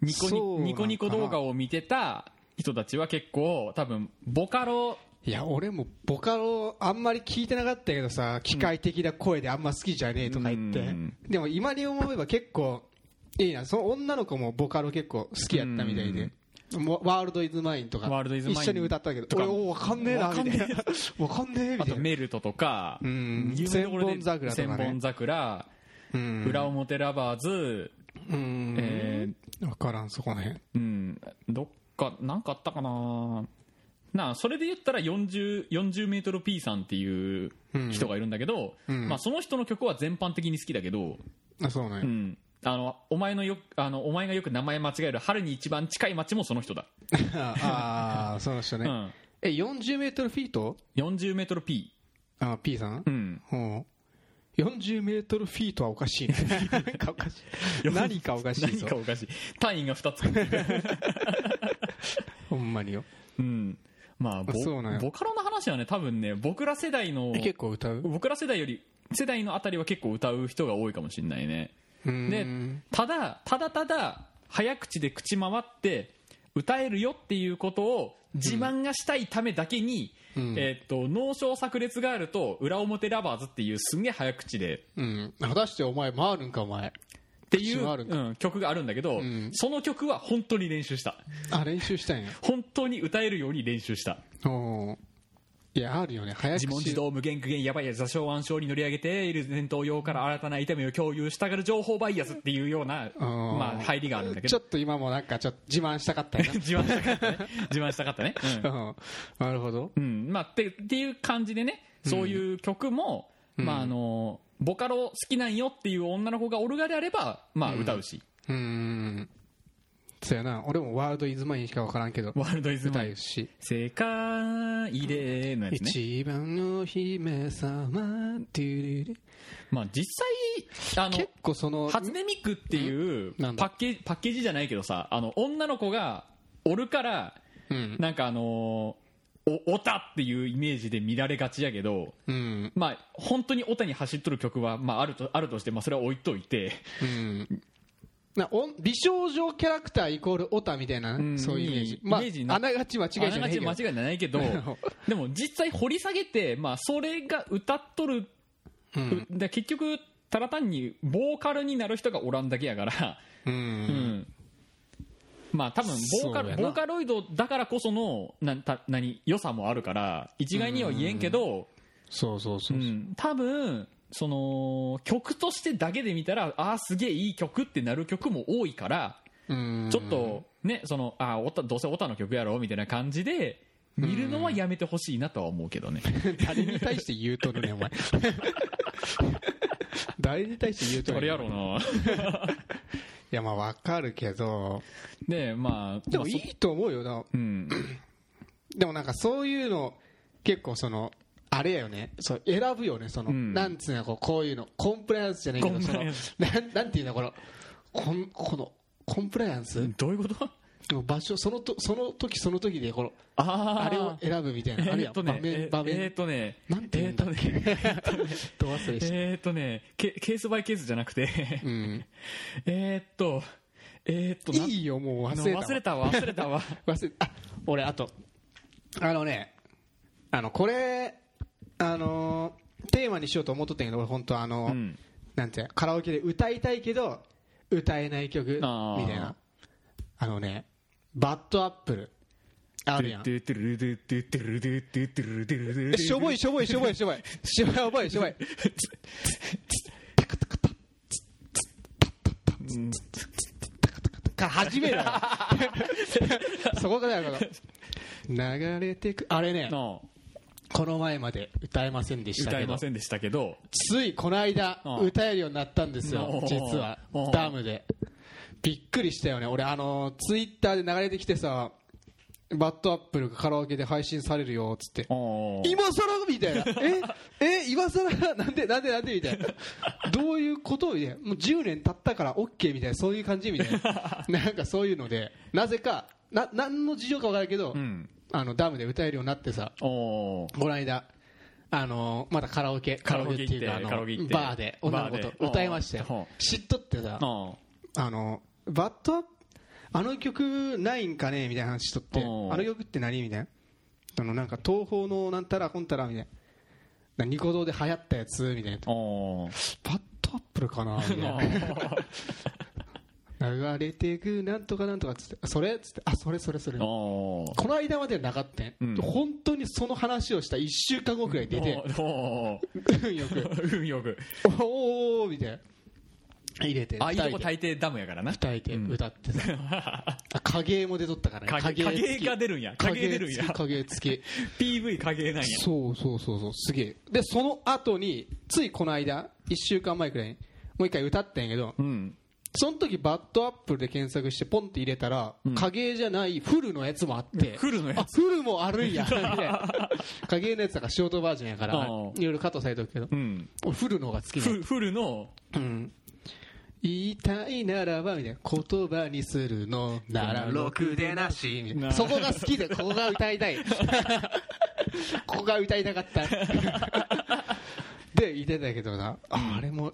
Speaker 1: ニコニ
Speaker 2: そうなのかな
Speaker 1: ニコニコ動画を見てた人たちは結構多分ボカロ
Speaker 2: いや俺もボカロあんまり聞いてなかったけどさ機械的な声であんま好きじゃねえとか言って、
Speaker 1: うん
Speaker 2: でも今に思えば結構いいなその女の子もボカロ結構好きやったみたいで、もうワールド・イズ・マインとか
Speaker 1: ワールドイズマイン
Speaker 2: 一緒に歌ったけど
Speaker 1: とか
Speaker 2: 俺お分かんねえなみたいな分かんねえみ
Speaker 1: あ
Speaker 2: た
Speaker 1: と
Speaker 2: いな
Speaker 1: メルトとか
Speaker 2: うん
Speaker 1: 有名なところで
Speaker 2: 千本桜とかね
Speaker 1: 千本桜
Speaker 2: うん
Speaker 1: 裏表ラバーズ
Speaker 2: うん、
Speaker 1: え
Speaker 2: 分からんそこらへん
Speaker 1: うんどっかなんかあったかななあそれで言ったら 40, 40メートル P さんっていう人がいるんだけど、
Speaker 2: ん
Speaker 1: まあ、その人の曲は全般的に好きだけど、
Speaker 2: あそうね、
Speaker 1: うん、あのお前のよあのお前がよく名前間違える春に一番近い街もその人だ、
Speaker 2: *laughs* ああその人ね、
Speaker 1: うん、
Speaker 2: え40メートルフィート
Speaker 1: 40メートル P
Speaker 2: あ P さん、
Speaker 1: うん
Speaker 2: うん40メートルフィートはお
Speaker 1: *laughs*
Speaker 2: かしいねなんかおかしい何かおかしい
Speaker 1: 何
Speaker 2: ぞ
Speaker 1: かおかしい単位が2つ
Speaker 2: *laughs* ほんまによ
Speaker 1: うんまあボ
Speaker 2: あそうなんや
Speaker 1: ボカロの話はね多分ね僕ら世代の
Speaker 2: え結構歌う
Speaker 1: 僕ら世代より世代のあたりは結構歌う人が多いかもしれないねで
Speaker 2: うん
Speaker 1: ただただただ早口で口回って歌えるよっていうことを自慢がしたいためだけに、
Speaker 2: うん
Speaker 1: えーっと脳症炸裂があると裏表ラバーズっていうすんげえ早口で
Speaker 2: うん果たしてお前回るんかお前
Speaker 1: っていう、
Speaker 2: 口があるんか
Speaker 1: うん曲があるんだけど、
Speaker 2: ん
Speaker 1: その曲は本当に練習した
Speaker 2: あ練習したんや
Speaker 1: 本当に歌えるように練習した
Speaker 2: おーいやあるよね早
Speaker 1: 自問自
Speaker 2: 口
Speaker 1: 答無限苦言やばいやつ座礁暗礁に乗り上げている前頭葉から新たな痛みを共有したがる情報バイアスっていうような、
Speaker 2: ん
Speaker 1: まあ、入りがあるんだけ
Speaker 2: ちょ
Speaker 1: ど
Speaker 2: っと今もなんかちょっと自慢したかったよ
Speaker 1: 自慢したかったね自慢したかったね、 *laughs*
Speaker 2: な、うん、なるほど
Speaker 1: うんうんまあ、ってっていう感じでねそういう曲も、まあ、あのボカロ好きなんよっていう女の子がオルガであれば、まあ、歌うし、
Speaker 2: うーんそうやな俺もワールド・イズ・マインしか分からんけど
Speaker 1: ワールドイズマ
Speaker 2: 歌
Speaker 1: イン
Speaker 2: うし
Speaker 1: 世界でのやつね
Speaker 2: 一番の姫様デュルル
Speaker 1: まあ、実際あの
Speaker 2: 結構その
Speaker 1: 初音ミクっていう
Speaker 2: なんだ
Speaker 1: パッケージパッケージじゃないけどさあの女の子がおるから
Speaker 2: うん
Speaker 1: なんかあのーおオタっていうイメージで見られがちやけど、
Speaker 2: うん
Speaker 1: まあ、本当にオタに走っとる曲は、まあ、あるとあるとして、まあ、それは置いといて
Speaker 2: うんなお美少女キャラクターイコールオタみたいな、
Speaker 1: ん
Speaker 2: そういうイメージ
Speaker 1: イメ
Speaker 2: まあ
Speaker 1: ージな
Speaker 2: あながち間違いじゃ
Speaker 1: あな
Speaker 2: な
Speaker 1: が
Speaker 2: い
Speaker 1: ち
Speaker 2: けど
Speaker 1: 間違いじゃない
Speaker 2: *laughs*
Speaker 1: けどでも実際掘り下げて、まあ、それが歌っとる、
Speaker 2: うん
Speaker 1: で結局ただ単にボーカルになる人がおらんだけやから。
Speaker 2: う
Speaker 1: うんんまあ多分ボーカ
Speaker 2: そう
Speaker 1: ル
Speaker 2: や
Speaker 1: ボ
Speaker 2: な
Speaker 1: ーカロイドだからこそのなんた何良さもあるから一概には言えんけど、
Speaker 2: そうそうそうう、
Speaker 1: ん、多分その曲としてだけで見たらああすげえいい曲ってなる曲も多いから
Speaker 2: うん
Speaker 1: ちょっとねそのあーオタどうせオタの曲やろみたいな感じで見るのはやめてほしいなとは思うけ
Speaker 2: *laughs*
Speaker 1: どね。
Speaker 2: 誰に対して言うとるね
Speaker 1: *laughs*
Speaker 2: お前誰に対して言うとる
Speaker 1: あれや
Speaker 2: ね
Speaker 1: ろうない
Speaker 2: やまあわかるけど
Speaker 1: *laughs* でまあ
Speaker 2: でも
Speaker 1: まあ
Speaker 2: い
Speaker 1: そ
Speaker 2: いと思うよな
Speaker 1: うん
Speaker 2: でもなんかそういうの結構そのあれやよねそう選ぶよねその、
Speaker 1: うん
Speaker 2: なんつうのこうこういうのコンプライアンスじゃないけ
Speaker 1: コ
Speaker 2: ど
Speaker 1: ンプ
Speaker 2: そ
Speaker 1: ラ
Speaker 2: の
Speaker 1: イア
Speaker 2: な
Speaker 1: ン
Speaker 2: んなんていうのこのこんこのコンプライアンス、
Speaker 1: どういうこと *laughs*
Speaker 2: でも場所そのとその時その時でこの
Speaker 1: あー
Speaker 2: あれを選ぶみたいなある
Speaker 1: えー
Speaker 2: やん
Speaker 1: と
Speaker 2: 場
Speaker 1: ねえ
Speaker 2: 面場
Speaker 1: え
Speaker 2: 面
Speaker 1: ーとね
Speaker 2: なんて言うんだっけ
Speaker 1: えーとね
Speaker 2: ど忘れして
Speaker 1: えーとねケケースバイケースじゃなくて
Speaker 2: うん
Speaker 1: えーっとえーっとない
Speaker 2: いよもう
Speaker 1: あの
Speaker 2: 忘れたわ
Speaker 1: 忘れたわ忘れたわ
Speaker 2: 忘れあ俺あとあのねあのこれあのーテーマにしようと思っとったんやけど俺本当あの、
Speaker 1: うん
Speaker 2: なんてカラオケで歌いたいけど歌えない曲みたい
Speaker 1: あー
Speaker 2: なあのねバッドアップルあるやん
Speaker 1: ドゥドゥルドゥドゥドゥルドゥドゥドゥルドゥルドゥル
Speaker 2: えしょぼいしょぼいしょぼいしょぼいしょぼいしょぼいしょぼい
Speaker 1: うん
Speaker 2: から始めるわよそこからやから流れてくあれね
Speaker 1: の
Speaker 2: この前まで歌えませんでした
Speaker 1: 歌
Speaker 2: け
Speaker 1: え
Speaker 2: ど
Speaker 1: ませんでしたけど
Speaker 2: ついこの間
Speaker 1: うん
Speaker 2: 歌えるようになったんですよ
Speaker 1: おー
Speaker 2: 実は
Speaker 1: おー
Speaker 2: ダムでびっくりしたよね俺あのツイッターで流れてきてさバッドアップルがカラオケで配信されるよっつって
Speaker 1: おー
Speaker 2: 今更みたいなえ *laughs* え今更なんでなんでなんでみたいなどういうことみたいなもう10年経ったから OK みたいなそういう感じみたい
Speaker 1: *laughs*
Speaker 2: ななんかそういうのでなぜかな何の事情か分からんけど、
Speaker 1: うん
Speaker 2: あのダムで歌えるようになってさ
Speaker 1: おー
Speaker 2: この間あのまたカラオケカラオケっていうかあ
Speaker 1: カ
Speaker 2: の
Speaker 1: ラオケ行って
Speaker 2: バーで女の子
Speaker 1: バー
Speaker 2: と
Speaker 1: で
Speaker 2: 歌いました
Speaker 1: うん
Speaker 2: よ知っとってさ
Speaker 1: お
Speaker 2: あのバッドアップあの曲ないんかねみたいな話しとってあ
Speaker 1: おう
Speaker 2: の曲って何みたいなあのなんか東宝のなんたらこんたらみたいななニコ動で流行ったやつみたいな
Speaker 1: ーお
Speaker 2: バッドアップルかなみたいな
Speaker 1: ー
Speaker 2: 流れてくなんとかなんとかっつってそれっつってあそれそれそれこ
Speaker 1: おー
Speaker 2: の間まではなかったん、
Speaker 1: うん
Speaker 2: 本当にその話をした1週間後くらいに出て
Speaker 1: おー
Speaker 2: 運よく
Speaker 1: おー運よく
Speaker 2: おーおーおーみたいな入れて
Speaker 1: ああいうとこ
Speaker 2: 二
Speaker 1: 大抵ダムやからな
Speaker 2: 人で歌ってさ、あ影絵も出とったからね
Speaker 1: 影
Speaker 2: 影絵
Speaker 1: 影
Speaker 2: 付き
Speaker 1: が出るんや影出るん
Speaker 2: 影
Speaker 1: や
Speaker 2: 付き影付き
Speaker 1: PV 影なんや
Speaker 2: そうそうそうそうすげえでその後についこの間1週間前くらいにもう一回歌ったんやけど
Speaker 1: うん
Speaker 2: その時バッドアップルで検索してポンって入れたら、影絵じゃないフルのやつもあって
Speaker 1: フルのやつ
Speaker 2: あフルもあるんやみたいな影絵のやつだからショートバージョンや
Speaker 1: *laughs*
Speaker 2: から
Speaker 1: あ
Speaker 2: い
Speaker 1: ー
Speaker 2: ろいろカットされてるけど
Speaker 1: うん
Speaker 2: 俺フルの方が好きなの
Speaker 1: フフルの
Speaker 2: うん言いたいならばみたいな言葉にするのならろくでなしみたいな
Speaker 1: な
Speaker 2: そこが好きでここが歌いたい *laughs* ここが歌いたかったで言ってたけどなあれも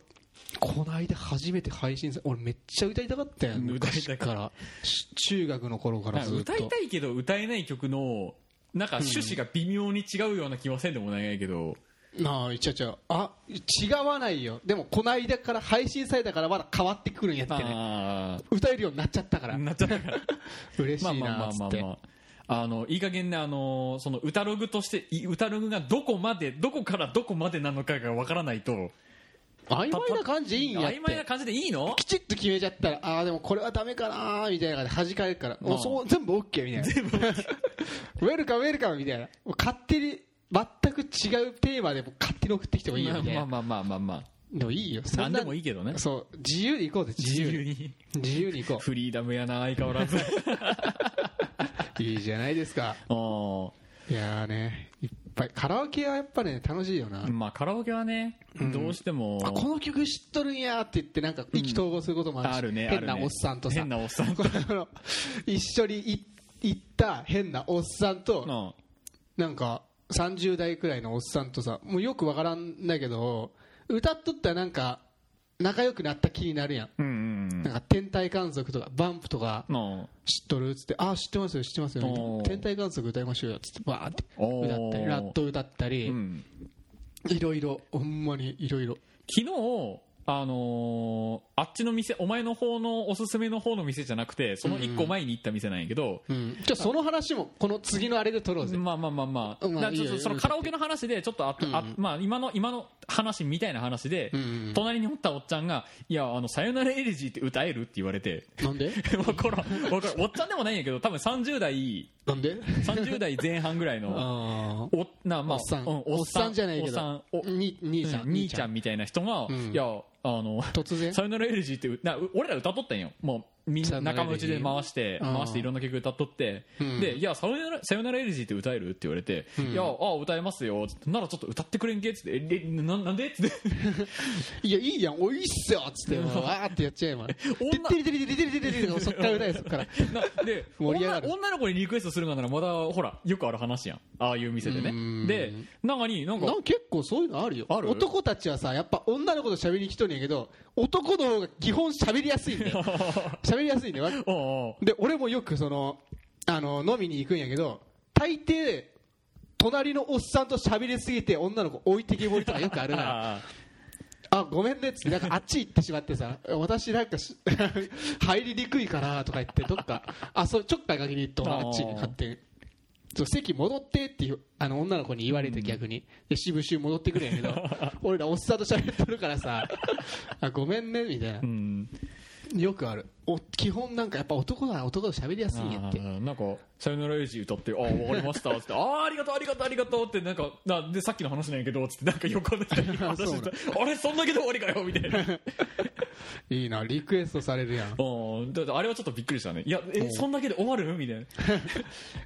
Speaker 2: この間初めて配信さ俺めっちゃ歌いたかったよ
Speaker 1: 歌いたかった
Speaker 2: 昔からし中学の頃からずっと
Speaker 1: 歌いたいけど歌えない曲のなんか趣旨が微妙に違うような気はせんでもないけど、
Speaker 2: なあ違う違うあ違わないよでもこの間から配信されたからまだ変わってくるんやってね
Speaker 1: あ
Speaker 2: 歌えるようになっちゃったから
Speaker 1: あなっちゃったから
Speaker 2: *laughs* 嬉
Speaker 1: まあ
Speaker 2: しい
Speaker 1: まあま
Speaker 2: な
Speaker 1: あ
Speaker 2: っつ
Speaker 1: まあ
Speaker 2: って
Speaker 1: まああのいい加減ねあのその歌ログとしてい歌ログがどこまでどこからどこまでなのかがわからないと
Speaker 2: 曖昧な感じいいんやっ
Speaker 1: 曖昧な
Speaker 2: て
Speaker 1: 感じでいいの
Speaker 2: きちっと決めちゃったらああでもこれはダメかなーみたいな感じで弾かれるからもう
Speaker 1: ああ
Speaker 2: そう全部 OK みたいな *laughs* ウェルカムウェルカムみたいなもう勝手に全く違うテーマでも勝手に送ってきてもいいよみたい
Speaker 1: まあ
Speaker 2: な
Speaker 1: まあまあまあまあ
Speaker 2: でもいいよそんな
Speaker 1: 何でもいいけどね
Speaker 2: そう自由に行こうぜ自
Speaker 1: 自
Speaker 2: 由
Speaker 1: 由
Speaker 2: に
Speaker 1: に
Speaker 2: 自由に
Speaker 1: *laughs*
Speaker 2: 行こ
Speaker 1: フリーダムやな相変わら
Speaker 2: *laughs*
Speaker 1: ず
Speaker 2: ういいじゃないですか
Speaker 1: あ
Speaker 2: いやーねいっぱいカラオケはやっぱね楽しいよな、
Speaker 1: あまあカラオケはね、どうしても
Speaker 2: あこの曲知っとるんやーって言ってなんか意気投合することもあるし、
Speaker 1: あるね
Speaker 2: 変
Speaker 1: あ
Speaker 2: な
Speaker 1: るね
Speaker 2: おっさんとさ
Speaker 1: 変なおっさんと
Speaker 2: この一緒にい行った変なおっさんと、
Speaker 1: うん
Speaker 2: なんか30代くらいのおっさんとさもうよくわからんだけど歌っとったらなんか仲良くなった気になるやん、
Speaker 1: うんうん
Speaker 2: なんか天体観測とかバンプとか
Speaker 1: うんの
Speaker 2: 知っとるっつって「ああ知ってますよ知ってますよ
Speaker 1: お」ー
Speaker 2: 天体観測歌いましょうよ」っつってわーって
Speaker 1: おー
Speaker 2: 歌ったりラット歌った
Speaker 1: う
Speaker 2: り
Speaker 1: ん
Speaker 2: いろいろほんまにいろいろ
Speaker 1: 昨日あのーあっちの店お前の方のおすすめの方の店じゃなくてその一個前に行った店なんやけど、
Speaker 2: うんじゃあその話もこの次のあれで取ろうぜ
Speaker 1: まあまあまあまあ、
Speaker 2: うんまあ
Speaker 1: だからちょっ
Speaker 2: いいよい
Speaker 1: と
Speaker 2: いよ
Speaker 1: そのカラオケの話でちょっとあ、あまあ、今の今の話みたいな話で、
Speaker 2: ん
Speaker 1: 隣におったおっちゃんが「いやあのさよならエレジーって歌える?」って言われて *laughs*
Speaker 2: なんで
Speaker 1: わからんわからんおっちゃんでもないんやけど多分30代
Speaker 2: なんで
Speaker 1: 30代前半ぐらいの
Speaker 2: あー
Speaker 1: おな、まあ、
Speaker 2: おっさん
Speaker 1: う
Speaker 2: おっさんじゃないけ
Speaker 1: おっさん
Speaker 2: ど
Speaker 1: お
Speaker 2: に兄さ
Speaker 1: うんん兄ちゃんみたいな人が、
Speaker 2: ん
Speaker 1: いやあの
Speaker 2: 突然
Speaker 1: さよならエレジーってなう俺ら歌っとったんよもうみん
Speaker 2: さ
Speaker 1: な
Speaker 2: よなら
Speaker 1: 仲間内で回して
Speaker 2: うん
Speaker 1: 回していろんな曲歌っとって、で「いやさよならさよならエレジーって歌える?」って言われて「いやああ歌えますよ」つってならちょっと歌ってくれんけ」っつって「ええななんで?」っ
Speaker 2: *laughs*
Speaker 1: つって
Speaker 2: いやいいやんおいいっすよっつってわーってやっちゃえばてってりてりてりてりてりてりそっから歌えそっから
Speaker 1: なで
Speaker 2: 盛り
Speaker 1: 女
Speaker 2: 上がる
Speaker 1: 女の子にリクエストするがならまだほらよくある話やんああいう店で
Speaker 2: う
Speaker 1: ね
Speaker 2: ん
Speaker 1: で中になんか
Speaker 2: なんか結構そういうのあるよ
Speaker 1: ある
Speaker 2: 男たちはさやっぱ女の子と喋りに来とるんやけど男の方が基本喋りやすいんだよ喋りやすいんだよ
Speaker 1: おうお
Speaker 2: で俺もよくそのあの飲みに行くんやけど大抵隣のおっさんと喋りすぎて女の子置いてけぼりとかよくあ
Speaker 1: う
Speaker 2: るから
Speaker 1: あ
Speaker 2: あごめんねっつってなんかあっち行ってしまってさ私なんかし *laughs* 入りにくいからとか言ってどっかあそうちょっかいかけに行っと
Speaker 1: あ
Speaker 2: あ
Speaker 1: ー
Speaker 2: っちに買ってそう席戻ってっていうあの女の子に言われて逆に、で渋々戻ってくるんや
Speaker 1: *laughs*
Speaker 2: けど俺らおっさんと喋ってるからさあごめんねみたいな
Speaker 1: ーうん
Speaker 2: よくあるお基本なんかやっぱ男なら男と喋りやすいんや
Speaker 1: あ
Speaker 2: って
Speaker 1: ーなんか「さよならエイジ」歌って「ああ分かりました」
Speaker 2: *laughs*
Speaker 1: っつって「ああありがとうありがとうありがとう」ってなんかなでさっきの話なんやけどっつってなんか横
Speaker 2: *laughs*
Speaker 1: の人に話してたあれそんだけで終わりかよ」みたいなあ
Speaker 2: いいなリクエストされるやん
Speaker 1: ーだってあれはちょっとびっくりしたね「いやえそんだけで終わる?」みたいな
Speaker 2: だか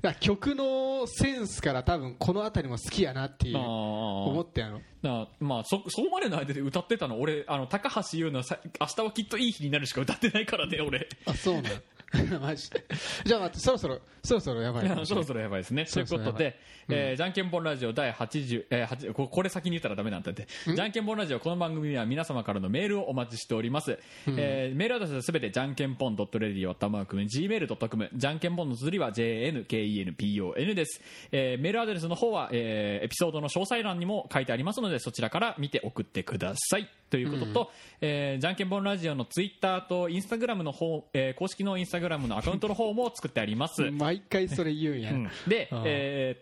Speaker 2: ら曲のセンスから多分この辺りも好きやなっていう
Speaker 1: あ
Speaker 2: 思
Speaker 1: ー
Speaker 2: ったやろ
Speaker 1: なまあそそこまでの間で歌ってたの俺あの高橋優のさ「明日はきっといい日になる」しか歌ってないからね俺
Speaker 2: あそうなんマジでじゃあ待ってそろそろそろそろやばいかもし
Speaker 1: *laughs* そ
Speaker 2: れな
Speaker 1: ろ
Speaker 2: い
Speaker 1: そろやばいですねと
Speaker 2: そ
Speaker 1: いうう
Speaker 2: そう
Speaker 1: ことで、えーじゃんけんぽんラジオ第80、えー80ここれ先に言ったらダメなんだってじゃんけんぽんラジオこの番組では皆様からのメールをお待ちしております、えーメールアドレスはすべてじゃんけんぽん .radio.gmail.com じゃんけんぽんの綴りは jnkenpon です、えーメールアドレスの方は、えーエピソードの詳細欄にも書いてありますのでそちらから見て送ってくださいということと、えーじゃんけんぽんラジオのツイッターとインスタグラムの方、えー公式のインスタグラムのアカウントの方も作ってあります、
Speaker 2: 毎回それ言うんや、
Speaker 1: で
Speaker 2: あー
Speaker 1: えーっ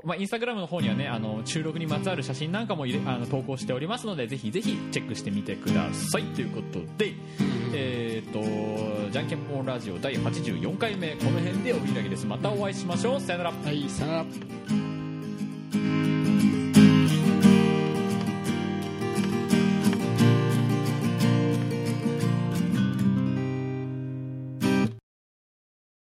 Speaker 1: とまあ、インスタグラムの方にはねあの収録にまつわる写真なんかも入れあの投稿しておりますのでぜひぜひチェックしてみてくださいということで、えーっとじゃんけんぽんラジオ第84回目この辺でお開きですまたお会いしましょうさよなら
Speaker 2: はいさよなら